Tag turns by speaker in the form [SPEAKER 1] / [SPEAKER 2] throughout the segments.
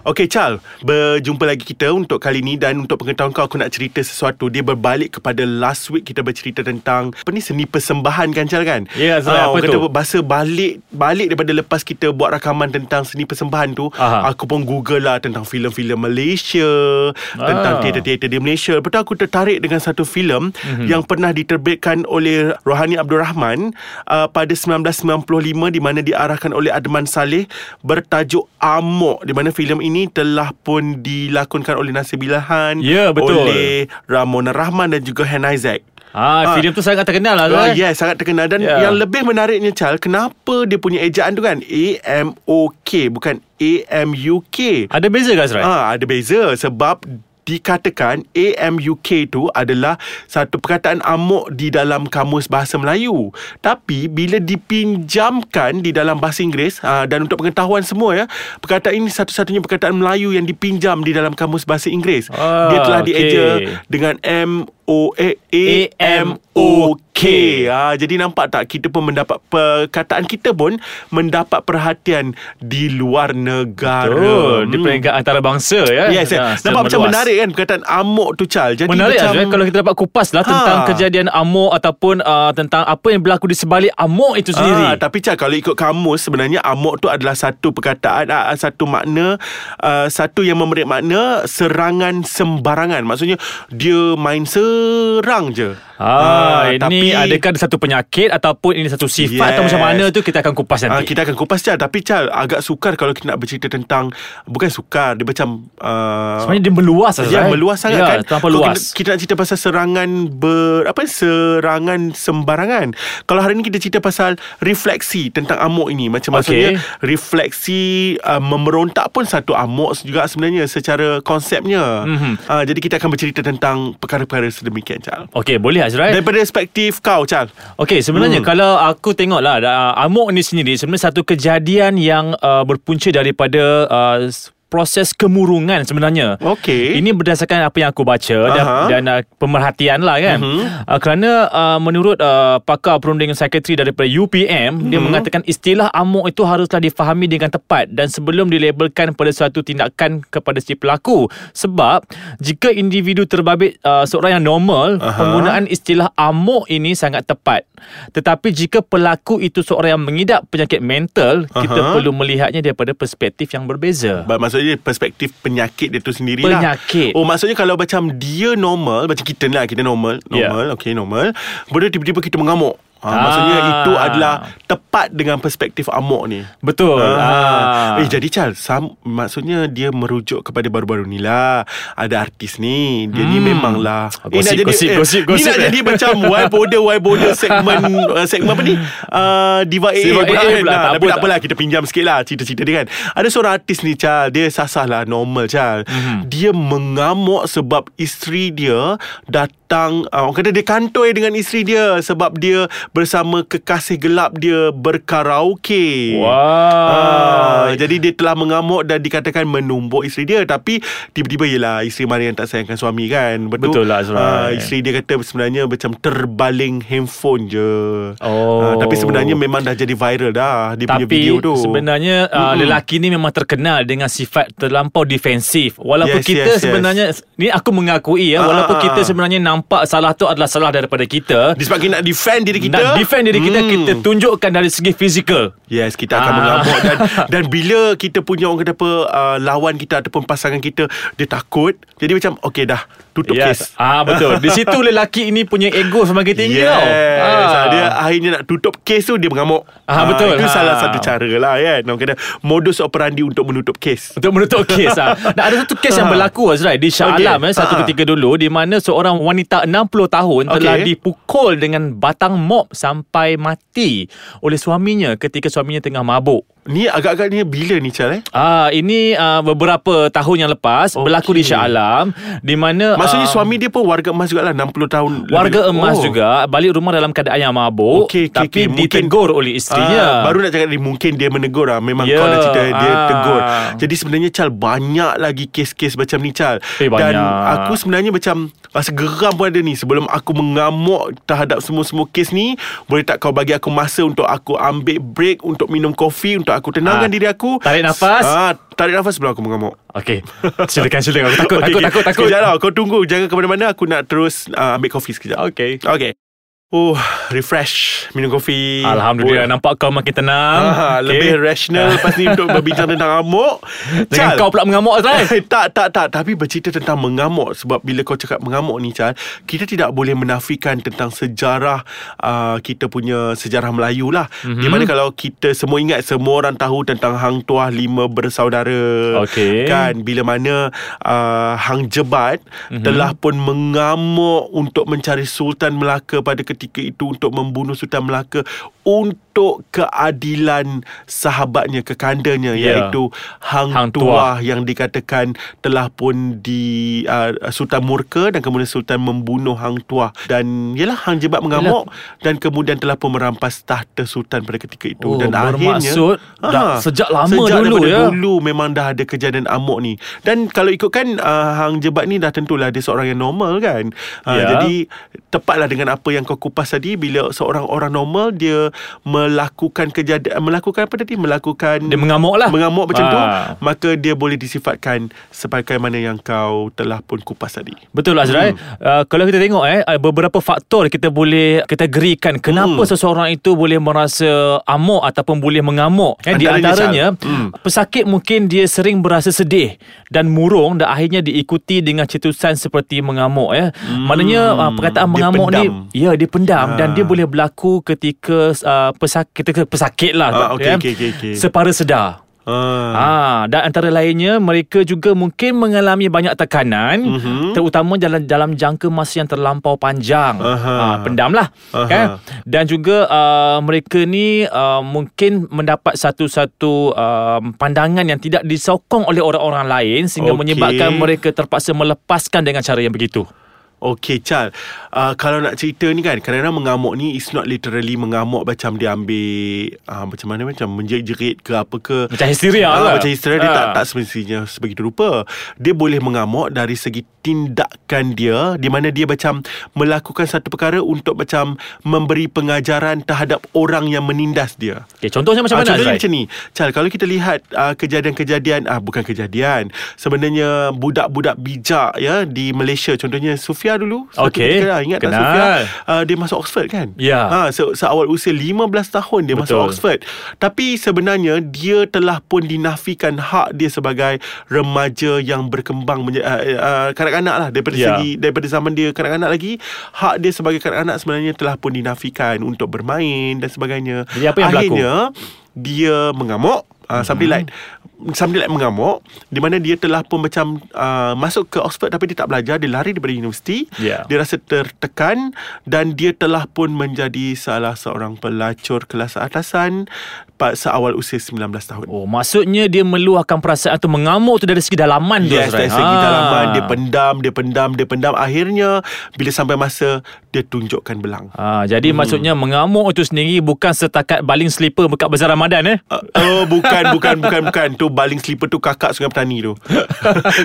[SPEAKER 1] Okay Chal Berjumpa lagi kita Untuk kali ni Dan untuk pengetahuan kau Aku nak cerita sesuatu Dia berbalik kepada Last week kita bercerita tentang Apa ni seni persembahan kan Chal kan
[SPEAKER 2] Ya, Azrai,
[SPEAKER 1] Ah,
[SPEAKER 2] apa
[SPEAKER 1] orang kata
[SPEAKER 2] tu?
[SPEAKER 1] Bahasa balik Balik daripada lepas kita Buat rakaman tentang Seni persembahan tu
[SPEAKER 2] Aha.
[SPEAKER 1] Aku pun google lah Tentang filem-filem Malaysia
[SPEAKER 2] Ah.
[SPEAKER 1] Tentang teater-teater di Malaysia Lepas tu aku tertarik dengan satu filem
[SPEAKER 2] Mhm.
[SPEAKER 1] Yang pernah diterbitkan oleh Rohani Abdul Rahman uh, Pada 1995 Di mana diarahkan oleh Adman Saleh Bertajuk Amok Di mana filem ini telah pun dilakonkan oleh Nasir Bilahan
[SPEAKER 2] Ya, betul.
[SPEAKER 1] Oleh Ramona Rahman dan juga Hannah Isaac
[SPEAKER 2] Ah,
[SPEAKER 1] Ah.
[SPEAKER 2] filem tu sangat terkenal lah
[SPEAKER 1] Uh,
[SPEAKER 2] Azrai.
[SPEAKER 1] yes, sangat terkenal Dan yeah.
[SPEAKER 2] Ya.
[SPEAKER 1] yang lebih menariknya Chal Kenapa dia punya ejaan tu kan A-M-O-K Bukan A-M-U-K
[SPEAKER 2] Ada beza ke Azrai?
[SPEAKER 1] Ah, ada beza sebab dikatakan AMUK tu adalah satu perkataan amok di dalam kamus bahasa Melayu. Tapi bila dipinjamkan di dalam bahasa Inggeris ah, dan untuk pengetahuan semua ya, perkataan ini satu-satunya perkataan Melayu yang dipinjam di dalam kamus bahasa Inggeris.
[SPEAKER 2] Ah,
[SPEAKER 1] Dia telah
[SPEAKER 2] okey.
[SPEAKER 1] dieja dengan M O A M O K. Ha, jadi nampak tak kita pun mendapat perkataan kita pun mendapat perhatian di luar negara.
[SPEAKER 2] Oh,
[SPEAKER 1] Hmm.
[SPEAKER 2] di peringkat antarabangsa ya.
[SPEAKER 1] Yes,
[SPEAKER 2] Ah,
[SPEAKER 1] yes.
[SPEAKER 2] secara
[SPEAKER 1] Nampak macam
[SPEAKER 2] meluas.
[SPEAKER 1] menarik kan perkataan amok tu Chal. Jadi
[SPEAKER 2] Menarik
[SPEAKER 1] macam
[SPEAKER 2] Azrai kalau kita dapat kupas lah tentang
[SPEAKER 1] Ha.
[SPEAKER 2] kejadian amok ataupun uh, tentang apa yang berlaku di sebalik amok itu
[SPEAKER 1] Ah,
[SPEAKER 2] sendiri.
[SPEAKER 1] tapi Chal kalau ikut kamus sebenarnya amok tu adalah satu perkataan ah, ah, satu makna uh, satu yang memberi makna serangan sembarangan. Maksudnya dia main serang je.
[SPEAKER 2] Ah, ini adakah ada satu penyakit ataupun ini satu sifat yes. atau
[SPEAKER 1] Yes.
[SPEAKER 2] macam mana tu kita akan kupas
[SPEAKER 1] Ah,
[SPEAKER 2] nanti.
[SPEAKER 1] kita akan kupas Chal Tapi Chal Agak sukar kalau kita nak bercerita tentang Bukan sukar Dia macam uh,
[SPEAKER 2] Sebenarnya dia meluas Azrai.
[SPEAKER 1] Ya meluas sangat
[SPEAKER 2] ya,
[SPEAKER 1] kan
[SPEAKER 2] Terlampau
[SPEAKER 1] Kalau
[SPEAKER 2] luas.
[SPEAKER 1] kita, kita nak cerita pasal serangan ber, Apa serangan sembarangan Kalau hari ni kita cerita pasal Refleksi tentang amok ini Macam
[SPEAKER 2] Okey.
[SPEAKER 1] maksudnya Refleksi uh, Memerontak pun satu amok juga sebenarnya Secara konsepnya
[SPEAKER 2] Mhm.
[SPEAKER 1] uh, Jadi kita akan bercerita tentang Perkara-perkara sedemikian Chal
[SPEAKER 2] Okey, boleh Azrai.
[SPEAKER 1] Daripada perspektif kau Chal
[SPEAKER 2] Okey, sebenarnya hmm. kalau aku tengok lah da- Amok ni sendiri sebenarnya satu kejadian yang uh, berpunca daripada uh, s- proses kemurungan sebenarnya.
[SPEAKER 1] Okey.
[SPEAKER 2] Ini berdasarkan apa yang aku baca dan,
[SPEAKER 1] Aha.
[SPEAKER 2] dan uh, pemerhatian lah kan.
[SPEAKER 1] Mhm.
[SPEAKER 2] Uh-huh. Uh, kerana uh, menurut uh, pakar perundingan sekretari daripada UPM,
[SPEAKER 1] Mhm.
[SPEAKER 2] dia mengatakan istilah amok itu haruslah difahami dengan tepat dan sebelum dilabelkan pada suatu tindakan kepada si pelaku. Sebab jika individu terbabit uh, seorang yang normal, uh-huh. penggunaan istilah amok ini sangat tepat. Tetapi jika pelaku itu seorang yang mengidap penyakit mental, uh-huh. kita
[SPEAKER 1] Aha.
[SPEAKER 2] perlu melihatnya daripada perspektif yang berbeza.
[SPEAKER 1] Ba- Maksudnya perspektif penyakit dia tu sendiri lah
[SPEAKER 2] Penyakit.
[SPEAKER 1] Oh maksudnya kalau macam dia normal Macam kita ni lah Kita normal
[SPEAKER 2] Ya.
[SPEAKER 1] Normal yeah. Okay normal Kemudian tiba-tiba kita mengamuk ha,
[SPEAKER 2] Ah.
[SPEAKER 1] Maksudnya itu adalah Tepat dengan perspektif amok ni
[SPEAKER 2] Betul.
[SPEAKER 1] Ah.
[SPEAKER 2] Ah.
[SPEAKER 1] Eh jadi Charles sam, Maksudnya dia merujuk kepada baru-baru ni lah Ada artis ni Dia ni lah. Eh, memanglah
[SPEAKER 2] Hmm. Ah, Gosip,
[SPEAKER 1] Ni
[SPEAKER 2] gosip, gosip, gosip
[SPEAKER 1] nak
[SPEAKER 2] eh.
[SPEAKER 1] jadi macam Why border, why border Segmen uh, Segmen apa ni uh, Diva AA
[SPEAKER 2] Diva AA pula, tak
[SPEAKER 1] nah, Tapi
[SPEAKER 2] apa,
[SPEAKER 1] tak
[SPEAKER 2] tak-
[SPEAKER 1] apalah Kita pinjam sikit lah Cerita-cerita dia kan Ada seorang artis ni Charles Dia sasah lah Normal Charles
[SPEAKER 2] Hmm.
[SPEAKER 1] Dia mengamuk Sebab isteri dia Datang uh, Orang kata dia kantoi Dengan isteri dia Sebab dia Bersama kekasih gelap dia Berkaraoke
[SPEAKER 2] Wah.
[SPEAKER 1] Ah, jadi dia telah mengamuk dan dikatakan menumbuk isteri dia tapi tiba-tiba ialah isteri mana yang tak sayangkan suami kan. tu,
[SPEAKER 2] Betul lah, Azrai.
[SPEAKER 1] ah, isteri dia kata sebenarnya macam terbaling handphone je.
[SPEAKER 2] Oh.
[SPEAKER 1] Ah, tapi sebenarnya memang dah jadi viral dah dia punya
[SPEAKER 2] Tapi
[SPEAKER 1] video tu.
[SPEAKER 2] sebenarnya uh, lelaki ni memang terkenal dengan sifat terlampau defensif. Walaupun
[SPEAKER 1] Yes,
[SPEAKER 2] kita
[SPEAKER 1] yes, yes.
[SPEAKER 2] sebenarnya ni aku mengakui ya,
[SPEAKER 1] Ah,
[SPEAKER 2] walaupun
[SPEAKER 1] ah,
[SPEAKER 2] kita
[SPEAKER 1] ah.
[SPEAKER 2] sebenarnya nampak salah tu adalah salah daripada kita.
[SPEAKER 1] disebabkan nak defend diri kita.
[SPEAKER 2] Nak defend diri kita
[SPEAKER 1] Hmm.
[SPEAKER 2] Kita tunjukkan dari segi fizikal
[SPEAKER 1] Yes, kita akan
[SPEAKER 2] Ah.
[SPEAKER 1] mengamuk dan dan bila kita punya orang kata apa uh, lawan kita ataupun pasangan kita dia takut. Jadi macam okey dah tutup kes.
[SPEAKER 2] Yes ah, Betul Di situ lelaki ini punya ego semakin tinggi
[SPEAKER 1] yes.
[SPEAKER 2] tau
[SPEAKER 1] Ah. Dia akhirnya nak tutup kes tu dia mengamuk.
[SPEAKER 2] Ah, betul.
[SPEAKER 1] Itu
[SPEAKER 2] Ah.
[SPEAKER 1] salah satu cara lah kan. Orang kata modus operandi untuk menutup kes.
[SPEAKER 2] Untuk menutup kes ha. Dan ada satu kes yang
[SPEAKER 1] Ha.
[SPEAKER 2] berlaku Azrai Di Shah
[SPEAKER 1] Okey.
[SPEAKER 2] Alam eh, Satu
[SPEAKER 1] Ha.
[SPEAKER 2] ketika dulu Di mana seorang wanita 60 tahun
[SPEAKER 1] Okey.
[SPEAKER 2] Telah dipukul dengan batang mop Sampai mati Oleh suaminya Ketika suaminya tengah mabuk
[SPEAKER 1] Ni agak-agaknya bila ni Chal eh?
[SPEAKER 2] Ah ini uh, beberapa tahun yang lepas okay. berlaku di Shah Alam di mana
[SPEAKER 1] Maksudnya
[SPEAKER 2] ah,
[SPEAKER 1] suami dia pun warga emas jugalah 60 tahun lebih.
[SPEAKER 2] warga emas oh. juga balik rumah dalam keadaan yang mabuk
[SPEAKER 1] Okey, okey,
[SPEAKER 2] Oh, tapi
[SPEAKER 1] okey.
[SPEAKER 2] okay.
[SPEAKER 1] Mungkin-
[SPEAKER 2] ditegur oleh
[SPEAKER 1] Ah,
[SPEAKER 2] isterinya.
[SPEAKER 1] baru nak cakap dia mungkin dia menegur lah. Memang
[SPEAKER 2] Ya,
[SPEAKER 1] yeah. kau dah cerita dia
[SPEAKER 2] ah.
[SPEAKER 1] tegur. Jadi sebenarnya Chal banyak lagi kes-kes macam ni Chal. Dan
[SPEAKER 2] Eh, banyak.
[SPEAKER 1] aku sebenarnya macam rasa geram pun ada ni sebelum aku mengamuk terhadap semua-semua kes ni, boleh tak kau bagi aku masa untuk aku ambil break untuk minum kopi untuk aku tenangkan
[SPEAKER 2] Ah.
[SPEAKER 1] diri aku.
[SPEAKER 2] Tarik nafas.
[SPEAKER 1] Ah, tarik nafas sebelum aku mengamuk.
[SPEAKER 2] Okey. Silakan silakan aku takut
[SPEAKER 1] Okey,
[SPEAKER 2] takut,
[SPEAKER 1] okey.
[SPEAKER 2] takut takut
[SPEAKER 1] Sekejap lah Kau tunggu Jangan ke mana-mana Aku nak terus uh, Ambil kopi sekejap
[SPEAKER 2] Okey.
[SPEAKER 1] Okay Oh Refresh Minum kopi
[SPEAKER 2] Alhamdulillah
[SPEAKER 1] oh.
[SPEAKER 2] nampak kau makin tenang.
[SPEAKER 1] Ah,
[SPEAKER 2] Okey.
[SPEAKER 1] Lebih rational Lepas ni untuk berbincang tentang amuk
[SPEAKER 2] Jangan kau pula mengamuk Azrai.
[SPEAKER 1] tak, tak, tak. Tapi bercerita tentang mengamuk. Sebab bila kau cakap mengamuk ni, Chal, kita tidak boleh menafikan tentang sejarah uh, kita punya sejarah Melayu lah.
[SPEAKER 2] Mhm.
[SPEAKER 1] Mm-hmm. Di mana kalau kita semua ingat, semua orang tahu tentang Hang Tuah Lima Bersaudara.
[SPEAKER 2] Okey.
[SPEAKER 1] Kan, bila mana uh, Hang Jebat
[SPEAKER 2] Mhm.
[SPEAKER 1] mm-hmm. telah pun mengamuk untuk mencari Sultan Melaka pada ketika itu untuk membunuh Sultan Melaka untuk keadilan sahabatnya, kekandanya,
[SPEAKER 2] Ya.
[SPEAKER 1] yeah. iaitu Hang,
[SPEAKER 2] Hang
[SPEAKER 1] Hang
[SPEAKER 2] Tuah.
[SPEAKER 1] Tuah Tuah yang dikatakan telah pun di uh, Sultan murka dan kemudian Sultan membunuh Hang Tuah dan ialah Hang Jebat mengamuk Yalah. dan kemudian telah pun merampas tahta Sultan pada ketika itu
[SPEAKER 2] Oh,
[SPEAKER 1] dan akhirnya
[SPEAKER 2] bermaksud dah sejak lama
[SPEAKER 1] sejak
[SPEAKER 2] dulu,
[SPEAKER 1] daripada
[SPEAKER 2] ya?
[SPEAKER 1] dulu memang dah ada kejadian amuk ni dan kalau ikutkan uh, Hang Jebat ni dah tentulah dia seorang yang normal kan uh,
[SPEAKER 2] Ya.
[SPEAKER 1] jadi tepatlah dengan apa yang kau kupas tadi bila seorang orang normal dia melakukan kejadian melakukan apa tadi melakukan
[SPEAKER 2] Dia mengamuk lah.
[SPEAKER 1] mengamuk macam tu
[SPEAKER 2] Ah.
[SPEAKER 1] maka dia boleh disifatkan sebagai mana yang kau telah pun kupas tadi.
[SPEAKER 2] Betul lah Azrai hmm. uh, Kalau kita tengok eh uh, Beberapa faktor kita boleh Kategorikan Kenapa hmm. seseorang itu Boleh merasa amok Ataupun boleh mengamuk eh, Di
[SPEAKER 1] Antaranya,
[SPEAKER 2] antaranya
[SPEAKER 1] Syal. Hmm.
[SPEAKER 2] Pesakit mungkin dia sering berasa sedih Dan murung Dan akhirnya diikuti Dengan cetusan seperti mengamuk eh. hmm. Maknanya uh, Perkataan
[SPEAKER 1] Dia
[SPEAKER 2] mengamuk
[SPEAKER 1] pendam. Ah.
[SPEAKER 2] ni Ya dia pendam Dan dia boleh berlaku ketika uh, pesak, Ketika pesakit lah
[SPEAKER 1] Ah,
[SPEAKER 2] tak-
[SPEAKER 1] okey, okey, okey, okey.
[SPEAKER 2] Separa sedar
[SPEAKER 1] Ah.
[SPEAKER 2] Ah, dan antara lainnya mereka juga mungkin mengalami banyak tekanan
[SPEAKER 1] Mhm.
[SPEAKER 2] mm-hmm. terutama dalam dalam jangka masa yang terlampau panjang.
[SPEAKER 1] Aha.
[SPEAKER 2] Ah, pendamlah.
[SPEAKER 1] Aha.
[SPEAKER 2] Kan? Dan juga uh, mereka ni uh, mungkin mendapat satu-satu um, pandangan yang tidak disokong oleh orang-orang lain sehingga
[SPEAKER 1] Okey.
[SPEAKER 2] menyebabkan mereka terpaksa melepaskan dengan cara yang begitu.
[SPEAKER 1] Okay Chal uh, Kalau nak cerita ni kan Kadang-kadang mengamuk ni It's not literally mengamuk Macam dia ambil uh, Macam mana Macam menjerit-jerit ke apa ke
[SPEAKER 2] Macam hysteria
[SPEAKER 1] Ah,
[SPEAKER 2] lah.
[SPEAKER 1] Macam hysteria Dia
[SPEAKER 2] Ah.
[SPEAKER 1] tak, tak semestinya Sebegitu rupa Dia boleh mengamuk Dari segi tindakan dia Di mana dia macam Melakukan satu perkara Untuk macam Memberi pengajaran Terhadap orang yang menindas dia
[SPEAKER 2] Okay, contohnya
[SPEAKER 1] Ah,
[SPEAKER 2] macam mana?
[SPEAKER 1] Contohnya
[SPEAKER 2] Azrai?
[SPEAKER 1] macam ni Chal kalau kita lihat uh, Kejadian-kejadian uh, Bukan kejadian Sebenarnya Budak-budak bijak ya Di Malaysia Contohnya Sufia dulu Satu
[SPEAKER 2] Okey.
[SPEAKER 1] ketika lah, Ingat
[SPEAKER 2] Kenal.
[SPEAKER 1] tak Sufia uh, Dia masuk Oxford kan
[SPEAKER 2] Ya.
[SPEAKER 1] ha, se- Seawal usia 15 tahun Dia masuk
[SPEAKER 2] Betul.
[SPEAKER 1] Oxford Tapi sebenarnya Dia telah pun dinafikan Hak dia sebagai Remaja yang berkembang menja- uh, uh, Kanak-kanak lah Daripada
[SPEAKER 2] Ya.
[SPEAKER 1] segi Daripada zaman dia Kanak-kanak lagi Hak dia sebagai kanak-kanak Sebenarnya telah pun dinafikan Untuk bermain Dan sebagainya
[SPEAKER 2] Jadi apa yang berlaku?
[SPEAKER 1] Akhirnya Akhirnya Ha? dia mengamuk uh, somebody
[SPEAKER 2] Mhm.
[SPEAKER 1] like somebody like mengamuk di mana dia telah pun macam uh, masuk ke Oxford tapi dia tak belajar dia lari daripada universiti
[SPEAKER 2] Ya.
[SPEAKER 1] dia rasa tertekan dan dia telah pun menjadi salah seorang pelacur kelas atasan pa- seawal usia 19 tahun
[SPEAKER 2] Oh, maksudnya dia meluahkan perasaan tu mengamuk tu dari segi dalaman dia.
[SPEAKER 1] Yes,
[SPEAKER 2] Azrai.
[SPEAKER 1] dari segi
[SPEAKER 2] Ah.
[SPEAKER 1] dalaman Dia pendam, dia pendam, dia pendam Akhirnya, bila sampai masa Dia tunjukkan belang
[SPEAKER 2] Ah, jadi hmm. maksudnya mengamuk itu sendiri bukan setakat baling slipper buka bazar Ramadan eh.
[SPEAKER 1] Uh, oh bukan bukan bukan bukan tu baling slipper tu kakak Sungai Petani tu.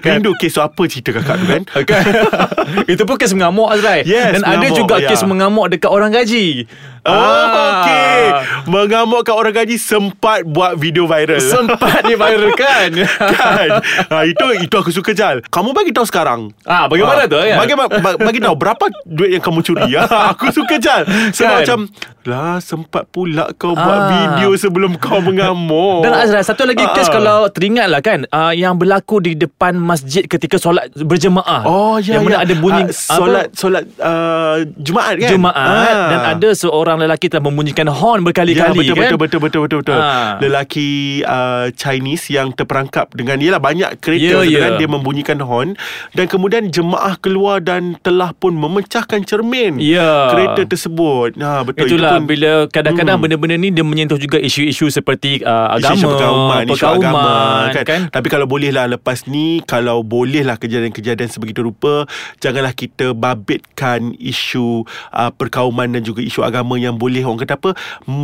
[SPEAKER 1] Rindu kes tu apa cerita kakak tu kan?
[SPEAKER 2] Kan? itu pun kes mengamuk Azrai.
[SPEAKER 1] Yes,
[SPEAKER 2] Dan ada
[SPEAKER 1] mengamuk,
[SPEAKER 2] juga
[SPEAKER 1] ya.
[SPEAKER 2] kes mengamuk Ah. dekat orang gaji.
[SPEAKER 1] Oh okey. Mengamuk kat orang gaji sempat buat video viral.
[SPEAKER 2] Sempat diviralkan.
[SPEAKER 1] kan? Ha, itu itu aku suka Jal. Kamu bagi tahu sekarang.
[SPEAKER 2] Ah, bagaimana tu, kan?
[SPEAKER 1] Bagi ba- bagi tahu berapa duit yang kamu curi. Ha, aku suka Jal.
[SPEAKER 2] Kan?
[SPEAKER 1] Sebab macam lah sempat pula kau buat
[SPEAKER 2] Ah.
[SPEAKER 1] video sebelum kau mengamuk.
[SPEAKER 2] Dan Azra Satu lagi kes
[SPEAKER 1] Ah, ah.
[SPEAKER 2] kalau Teringatlah kan uh, Yang berlaku di depan masjid Ketika solat berjemaah
[SPEAKER 1] Oh ya
[SPEAKER 2] Ah. Yang mana
[SPEAKER 1] ya.
[SPEAKER 2] ada bunyi
[SPEAKER 1] Ah, solat solat uh, Jumaat
[SPEAKER 2] apa,
[SPEAKER 1] kan.
[SPEAKER 2] Ah. Jumaat Dan ada seorang seorang lelaki telah membunyikan horn
[SPEAKER 1] Ya
[SPEAKER 2] berkali-kali
[SPEAKER 1] betul,
[SPEAKER 2] kan?
[SPEAKER 1] betul betul betul betul betul.
[SPEAKER 2] Ha.
[SPEAKER 1] Lelaki uh, Chinese yang terperangkap dengan ialah banyak
[SPEAKER 2] Ya,
[SPEAKER 1] kereta yeah,
[SPEAKER 2] ya.
[SPEAKER 1] dengan dia membunyikan horn dan kemudian jemaah keluar dan telah pun memecahkan cermin
[SPEAKER 2] Ya.
[SPEAKER 1] kereta tersebut. Ha betul
[SPEAKER 2] Itulah
[SPEAKER 1] itu pun Hmm.
[SPEAKER 2] bila kadang-kadang benda-benda ni dia menyentuh juga isu-isu seperti uh, agama,
[SPEAKER 1] isu pergauman, isu agama kan.
[SPEAKER 2] kan?
[SPEAKER 1] kan. Tapi kalau bolehlah lepas ni kalau bolehlah kejadian-kejadian sebegitu rupa janganlah kita babitkan isu uh, perkauman dan juga isu agama yang boleh orang kata apa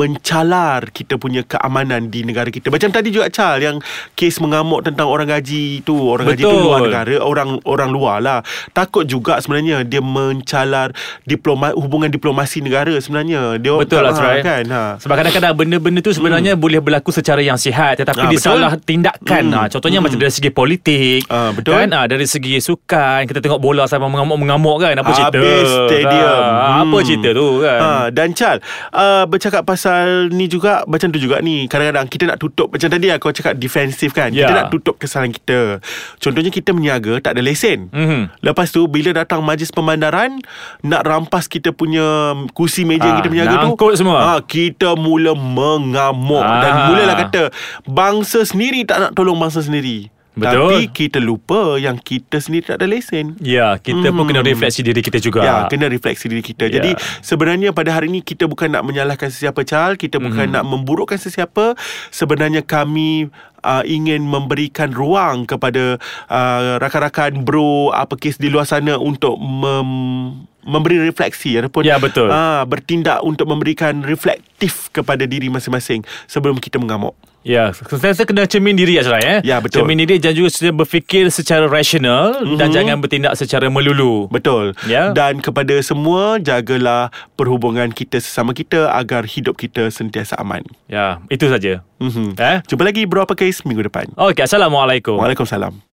[SPEAKER 1] mencalar kita punya keamanan di negara kita. Macam tadi juga Chal yang kes mengamuk tentang orang gaji tu, orang gaji tu
[SPEAKER 2] Betul.
[SPEAKER 1] luar negara, orang orang luar lah. Takut juga sebenarnya dia mencalar diploma hubungan diplomasi negara sebenarnya. Dia
[SPEAKER 2] Betul lah
[SPEAKER 1] ha,
[SPEAKER 2] Sarai
[SPEAKER 1] kan. Ha.
[SPEAKER 2] Sebab kadang-kadang benda-benda tu sebenarnya Boleh berlaku secara yang sihat Tetapi
[SPEAKER 1] Ah,
[SPEAKER 2] ha,
[SPEAKER 1] betul.
[SPEAKER 2] disalah tindakan
[SPEAKER 1] Hmm.
[SPEAKER 2] ha, Contohnya macam dari segi politik
[SPEAKER 1] Ah, betul.
[SPEAKER 2] kan? ha, Dari segi sukan Kita tengok bola sampai mengamuk-mengamuk kan Apa cerita
[SPEAKER 1] Habis stadium.
[SPEAKER 2] ha, Apa
[SPEAKER 1] Hmm.
[SPEAKER 2] cerita tu kan
[SPEAKER 1] Ha, dan Chal, uh, bercakap pasal ni juga, macam tu juga ni. Kadang-kadang kita nak tutup, macam tadi lah kau cakap defensif kan. Kita
[SPEAKER 2] Ya.
[SPEAKER 1] nak tutup kesalahan kita. Contohnya kita meniaga, tak ada lesen.
[SPEAKER 2] Mhm.
[SPEAKER 1] Lepas tu, bila datang majlis pemandaran, nak rampas kita punya kursi meja
[SPEAKER 2] Ah,
[SPEAKER 1] yang kita meniaga tu.
[SPEAKER 2] nangkut semua.
[SPEAKER 1] Ah, kita mula mengamuk.
[SPEAKER 2] Ah.
[SPEAKER 1] Dan mulalah kata, bangsa sendiri tak nak tolong bangsa sendiri.
[SPEAKER 2] Betul.
[SPEAKER 1] Tapi kita lupa yang kita sendiri tak ada lesen.
[SPEAKER 2] Ya kita pun
[SPEAKER 1] Hmm.
[SPEAKER 2] kena refleksi diri kita juga
[SPEAKER 1] Ya, kena refleksi diri kita. Yeah.
[SPEAKER 2] Ya.
[SPEAKER 1] Jadi sebenarnya pada hari ini kita bukan nak menyalahkan sesiapa Chal, kita bukan
[SPEAKER 2] Mhm.
[SPEAKER 1] nak memburukkan sesiapa. Sebenarnya kami uh, ingin memberikan ruang kepada uh, rakan-rakan bro apa kes di luar sana untuk mem- memberi refleksi ataupun
[SPEAKER 2] Ya, betul.
[SPEAKER 1] ah, bertindak untuk memberikan reflektif kepada diri masing-masing sebelum kita mengamuk.
[SPEAKER 2] Ya, sentiasa kena cermin diri Azrai eh.
[SPEAKER 1] Ya, betul. Mhm.
[SPEAKER 2] Cermin diri dan juga sedia berfikir secara rasional mm-hmm. dan jangan bertindak secara melulu.
[SPEAKER 1] Betul.
[SPEAKER 2] Ya.
[SPEAKER 1] Dan kepada semua jagalah perhubungan kita sesama kita agar hidup kita sentiasa aman.
[SPEAKER 2] Ya, itu saja.
[SPEAKER 1] Mhm.
[SPEAKER 2] Eh?
[SPEAKER 1] Jumpa lagi Bro Apa Case minggu depan.
[SPEAKER 2] Okey, assalamualaikum.
[SPEAKER 1] Waalaikumsalam.